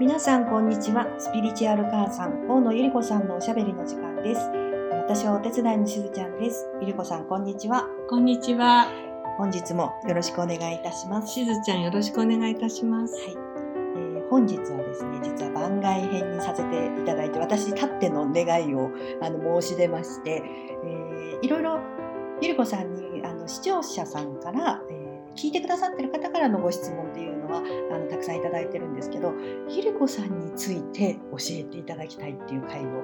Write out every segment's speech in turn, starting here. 皆さんこんにちはスピリチュアル母さん大野ゆり子さんのおしゃべりの時間です私はお手伝いのしずちゃんですゆり子さんこんにちはこんにちは。本日もよろしくお願いいたします、しずちゃんよろしくお願いいたします。はいえー本日はですね実は番外編にさせていただいて私たっての願いをあの申し出まして、えーいろいろゆり子さんにあの視聴者さんから、えー聞いてくださってる方からのご質問っていうのはあのたくさんいただいてるんですけどゆり子さんについて教えていただきたいっていう回を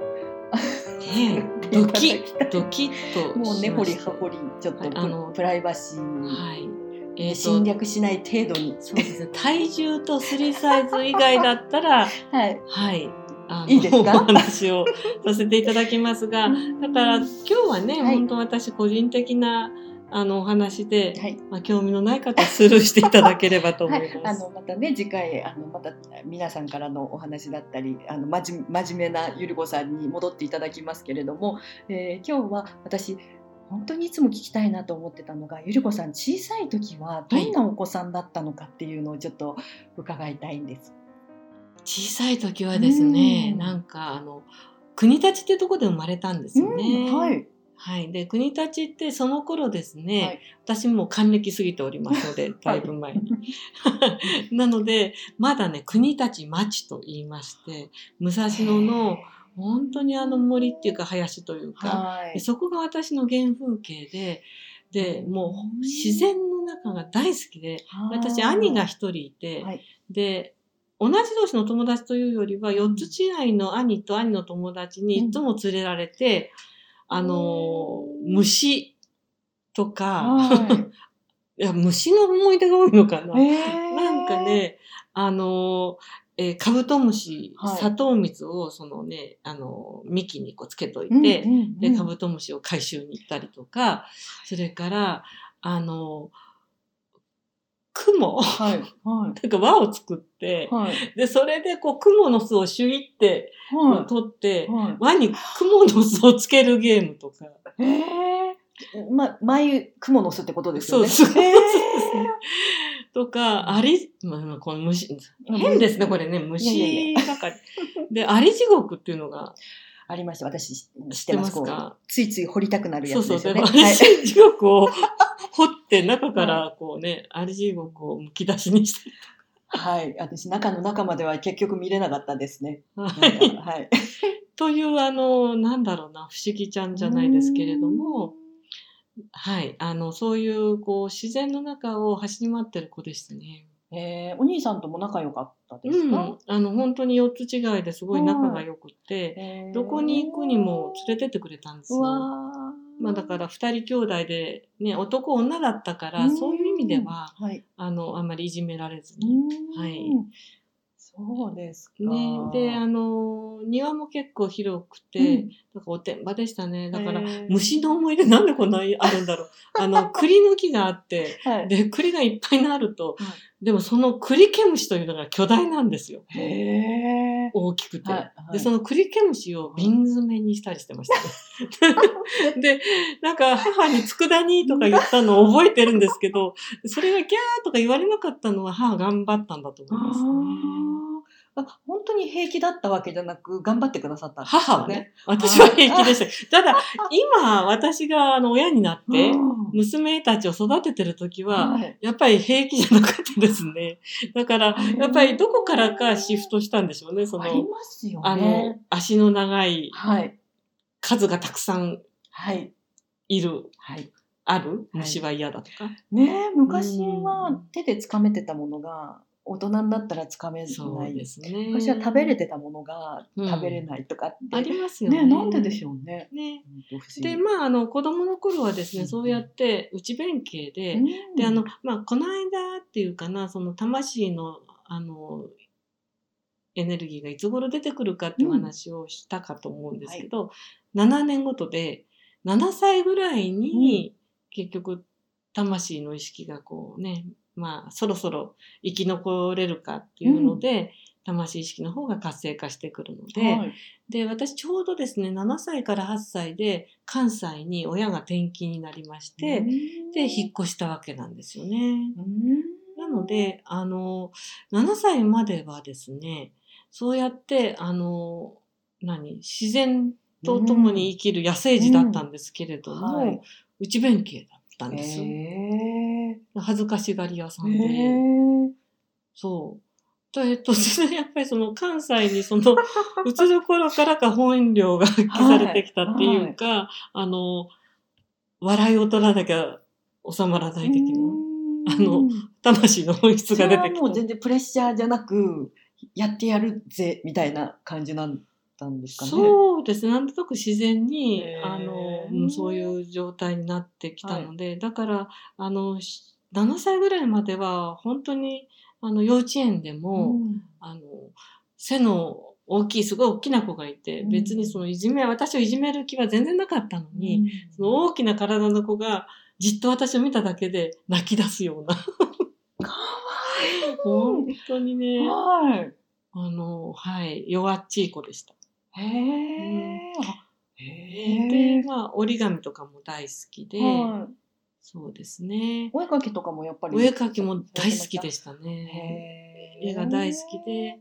ねえ、ドキッドキッとしましたもう根掘り葉掘りちょっとはいあのププライバシーはい。にえ侵ーと略しない程度に、そうですね。体重とスリーサイズ以外だった らはい、はい。あのいいですかお話をさせていただきますが、だから今日はね、はい本当私個人的なあのお話で、はいまあ興味のない方はスルーしていただければと思はいい、あます。のまたね次回あのまた皆さんからのお話だったりあのまじ真面目なゆり子さんに戻っていただきますけれども、えー今日は私本当にいつも聞きたいなと思ってたのがゆり子さん小さい時はどんなお子さんだったのかっていうのをちょっと伺いたいんです。小さい時はですね、うんなんかあの国立ってとこで生まれたんですよね。うんはい、はい、で国立ってその頃ですね、はい私もう還暦過ぎております のでだいぶ前に。 なのでまだね国立町と言いまして武蔵野の本当にあの森っていうか林というか、はでい、そこが私の原風景ででもうんう自然の中が大好きで私兄が一人いて、はいで同じ同士の友達というよりは4つ違いの兄と兄の友達にいつも連れられて、あのー虫とか、、はいや虫の思い出が多いのかな。いえーなんかねあのーえーカブトムシ、はい砂糖蜜をそのね、あのー幹にこうつけといて、うんうんうんでカブトムシを回収に行ったりとかそれからあの雲 はいはなんか輪を作ってい、はいでそれでこう雲の巣をシュイっては取って、いはい輪に雲の巣をつけるゲームとかえー、ま、眉、雲の巣ってことですよね。そうそうえとかアリ、まあまあ、この虫ー変ですねこ。れね虫だからでアリ地獄っていうのがありました。私知っ知っててま。ますすこうかついつい掘りたくなるやそうつそでうすそよね。う、でもアリ地獄を掘って中からこうね、アリ地獄をむき出しにしてはい、はい、私中の中までは結局見れなかったですね。はなんかいはい。というあのなんだろうな不思議ちゃ んじゃないですけれども、はい、あのそういうこう自然の中を走り回ってる子でしたね。えー、お兄さんとも仲良かったでうすんか。、あの本当に四つ違いですごい仲が良くて、えーどこに行くにも連れてってくれたんですうよ。わーまあだから二人兄弟でね男女だったかうら、んそういう意味でははい。あのあんまりいじめられずうに。んはい。そうですか。ね、であの庭も結構広くて、うんだからおてんばでしたねだから、えー虫の思い出なんでこんなにあるんだろうあの栗の木があってはい。で栗がいっぱいなると、はでもその栗毛虫というのが巨大なんですよへえ。大きくて、はいはいでその栗毛虫を瓶詰めにしたりしてました ね、でなんか母に「佃煮」とか言ったのを覚えてるんですけどそれが「ギャー」とか言われなかったのは母頑張ったんだと思いますね。あーあ本当に平気だったわけじゃなく頑張ってくださったんですね母はね、私は平気でした。ただ、今、私があの親になってう、娘たちを育ててる時んは、はいやっぱり平気じゃなかったですね。だから、やっぱりどこからかシフトしたんでしょうね、そありの、ますよねあの、足の長い、はい数がたくさんはいいる、はいある虫は嫌だとか。ねえ昔うはん手で掴めてたものが大人になったら掴めそなうでいすね。昔は食べれてたものが食べれないとかって、ありますよねね。えなんででしょうね。ね。本当不思議で、まあ、あの、子供の頃はですうね、んそうやって、内弁慶で、うんであの、まあ、この間っていうかなその魂のあのエネルギーがいつ頃出てくるかっていう話をしたかと思うんですけど、7年ごとで7歳ぐらいに結局魂の意識がこうねまあそろそろ生き残れるかっていうので、魂意識の方が活性化してくるので、はいで私ちょうどですね7歳から8歳で関西に親が転勤になりまして、うんで引っ越したわけなんですよね。うんなのであの7歳まではですねそうやって、あの、何、自然と共に生きる野生児だったんですけれども、うんはい内弁慶だったんですよ。え恥ずかしがり屋さー、んえで。そう。とえっと、それやっぱりその関西にそ の移る頃からか本領が発揮されてきたっていうか、あの笑いを取らなきゃ収まらない的なあの魂の本質そが出れてはきもうた。全然プレッシャーじゃなくやってやるぜみたいな感じなんだんですかね。うそうですね。なんとなく自然にへ、ーあの、うんそういう状態になってきたので、だから、あの、し7歳ぐらいまでは、本当に、あの、幼稚園でも、んあの背の大きいすごい大きな子がいて、うん別にそのいじめ私をいじめる気は全然なかったのに、その大きな体の子がじっと私を見ただけで泣き出すような 本当にねはい。あのはい弱っちい子でした。へえ。あへでえ。まあ折り紙とかも大好きで、はいそうですねお絵かきとかもやっぱり。お絵かきも大好きでししたね。へえ。絵が大好きで。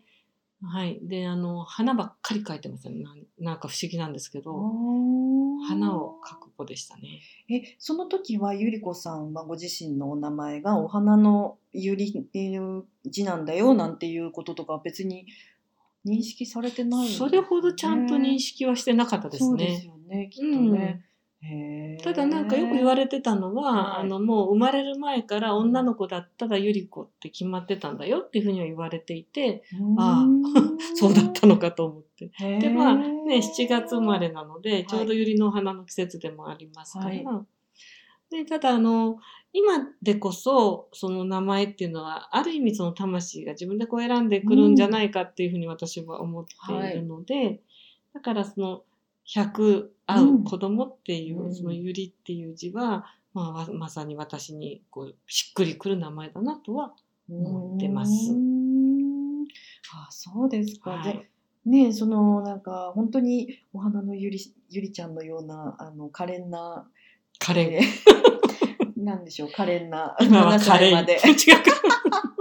はい、であの花ばっかり描いてましたねなんなんか不思議なんですけど、おー。花を描く子でしたね。え、その時はゆり子さんはご自身のお名前がお花のゆりっていう字なんだよなんていうこととかは別に認識されてないんですね、それほどちゃんと認識はしてなかったですそうですね。よね、きっとうんね。へーただなんかよく言われてたのは、はいあのもう生まれる前から女の子だったらゆり子って決まってたんだよっていうふうには言われていて、ああーん そうだったのかと思って。へーでまあね、7月生まれなので、ちょうどゆりのお花の季節でもありますから、はいでただあの今でこそその名前っていうのはある意味その魂が自分でこう選んでくるんじゃないかっていうふうに私は思っているので、だからその100会う子供っていう、うんそのゆりっていう字は、まあ、わまさに私にこうしっくりくる名前だなとは、思ってますうーんあ、そうですか。はじゃあい、ねそのなんか本当にお花のゆりゆりちゃんのようなあの可憐なカレンえー なんでしょう可憐な今は7カレ歳ンまで違うか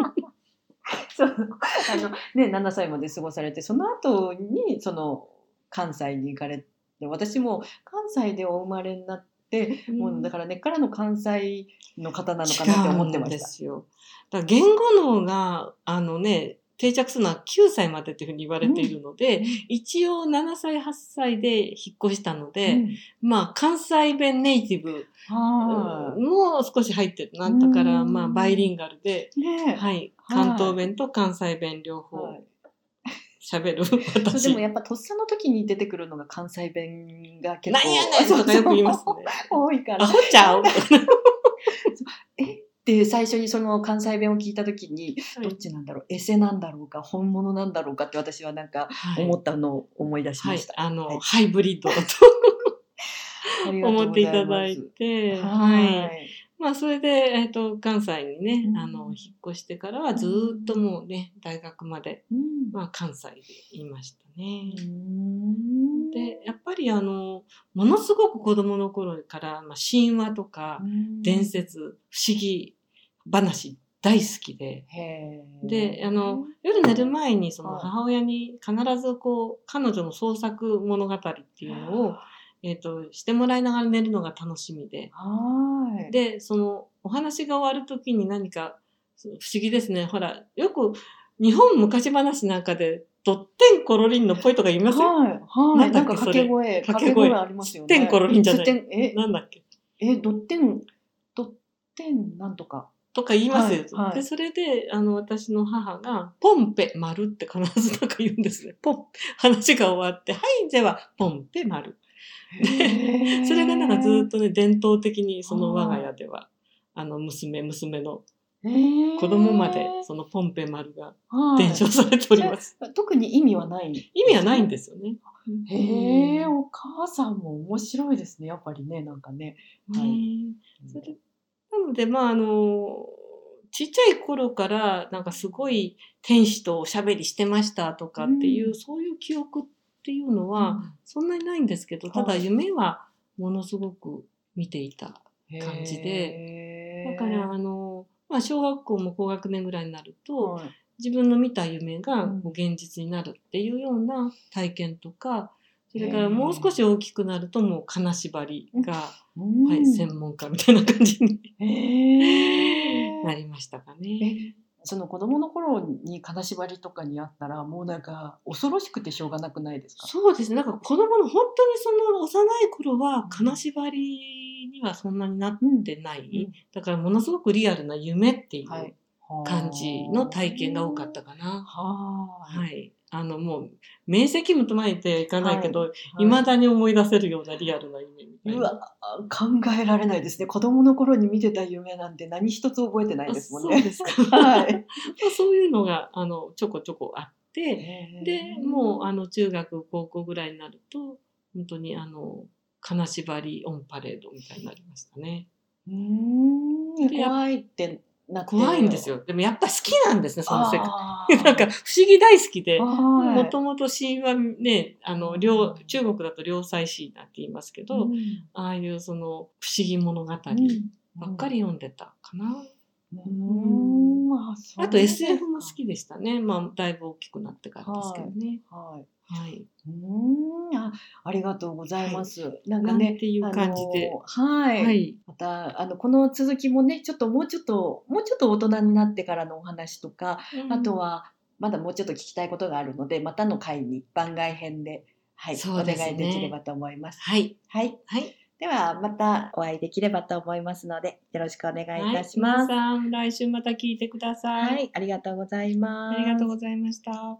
そうあの、ね、7歳まで過ごされてその後にその関西に行かれて私も関西でお生まれになって、 もうだから根っからの関西の方なのかなって思ってま違うんでした。すよ。だから言語能が、あのね、定着するのは9歳までっていうふうに言われているので、一応7歳、8歳で引っ越したので、まあ関西弁ネイティブうんはいもう少し入ってなったから、うんまあバイリンガルで、ねはい、はい関東弁と関西弁両は方い 喋るそうで私。もやっぱとっさの時に出てくるのが関西弁が結な構んやねんとかよく言いますそうね。そう多いかアらホち ゃうとかねで最初にその関西弁を聞いた時にどっちなんだろうエセなんだろうか本物なんだろうかって私はなんかはい思ったのを思い出しはまいした、。あの、はいハイブリッドだありがとうごとざ思いますっていただいて、はい、まあそれで、えっと関西にね、うんあの引っ越してからはずーっともうね大学まで、うんまあ、関西でいましたね。うんでやっぱりあのものすごく子供の頃から、まあ、神話とかうん伝説不思議話大好きで。へーであの夜寝る前にそのはい母親に必ずこう彼女の創作物語っていうのを、えっとしてもらいながら寝るのが楽しみで、はいでそのお話が終わる時に何かそう不思議ですねほらよく日本昔話なんかで「どってんころりん」のポイとか言いまはせん、いはいなんなんだか掛っけそれけ声掛掛けけ声声ありますよねすってんころりんじゃないすってんえなんだっけえ、ドッテン、ドッテンなんとか。とか言いますよ、はいはいでそれであの私の母が「ポンペ丸」って必ずなんか言うんですねポン話が終わって「はいではポンペ丸」それがなんかずっととね伝統的にその我が家ではあの娘娘の子子供までそのポンペ丸がはい伝承されております、特に意味はない。意味はないんですよね。へえ、うんお母さんも面白いですね、やっぱりね、なんかね。はねそれなのでまああのちっちゃい頃からなんかすごい天使とおしゃべりしてましたとかっていう、うんそういう記憶っていうのはそんなにないんですけどただはい夢はものすごく見ていた。うん感じでへだーからあの、まあ、小学校も高学年ぐらいになると、はい自分の見た夢がうんこう現実になるっていうような体験とか、それかへらーもう少し大きくなるともう金縛りが、うんはい、専門家みたいな感じにへーなりましたかえね。その子供の頃に金縛りとかにあったらもうなんか恐ろしくてしょうがなくないですかそうですね。なんか子供の本当にその幼い頃は金縛りにはそんなになってない。んだからものすごくリアルな夢っていうはい感じの体験が多かったかな。はあ、、はいい。あのもう明晰夢とまでていかないけいど、未だに思い出せるようなリアルな夢みたいうな。わ考えられないですね子供の頃に見てた夢なんて何一つ覚えてないあですもんそうねですか。 はいまあそういうのがあのちょこちょこあって、でもうあのの中学高校ぐらいになると本当にあの金縛りオンパレードみたいになりましたね。うーんでやっ怖いってなって怖いんですよ。でもやっぱ好きなんですねその世界。あー なんか不思議大好きで。はいもともと神話ね、あの、両、うん中国だと両妻神なんて言いますけど、うんああいうその不思議物語ばっかり読んでたかな。うんうんあそうあと SF も好きでしたね。まあ、だいぶ大きくなってからですけどね。はいはい。うーんあありがとうございます。なんかなんね、ていう感じで。あのはい、はい。またあのこの続きもね、ちょっともうちょっともうちょっと大人になってからのお話とか、あとはまだもうちょっと聞きたいことがあるので、またの回に番外編で、はい、おそう願いですねできればと思います。はい。はい、はい。ではまたお会いできればと思いますので、よろしくお願いいたしまはす。い皆さん、来週また聞いてくださ。はいい、ありがとうございます。ありがとうございました。